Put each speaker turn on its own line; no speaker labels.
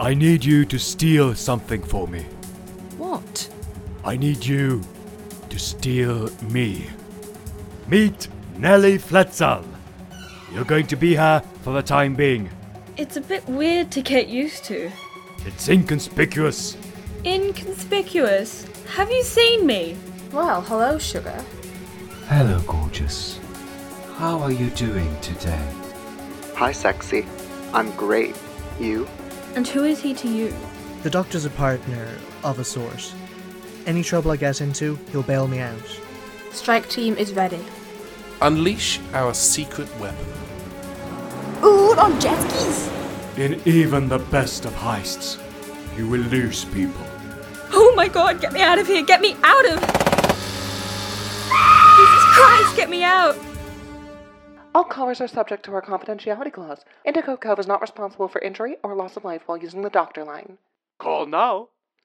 I need you to steal something for me.
What?
I need you to steal me. Meet Nellie Fletzel. You're going to be her for the time being.
It's a bit weird to get used to.
It's inconspicuous.
Inconspicuous. Have you seen me?
Well, hello, sugar.
Hello, gorgeous. How are you doing today?
Hi, sexy. I'm great. You?
And who is he to you?
The doctor's a partner of a sort. Any trouble I get into, he'll bail me out.
Strike team is ready.
Unleash our secret weapon.
Ooh, on jet skis!
In even the best of heists, you will lose people.
Oh my god, get me out of here! Get me out of. Jesus Christ, get me out!
All callers are subject to our confidentiality clause. Indigo Cove is not responsible for injury or loss of life while using the doctor line.
Call now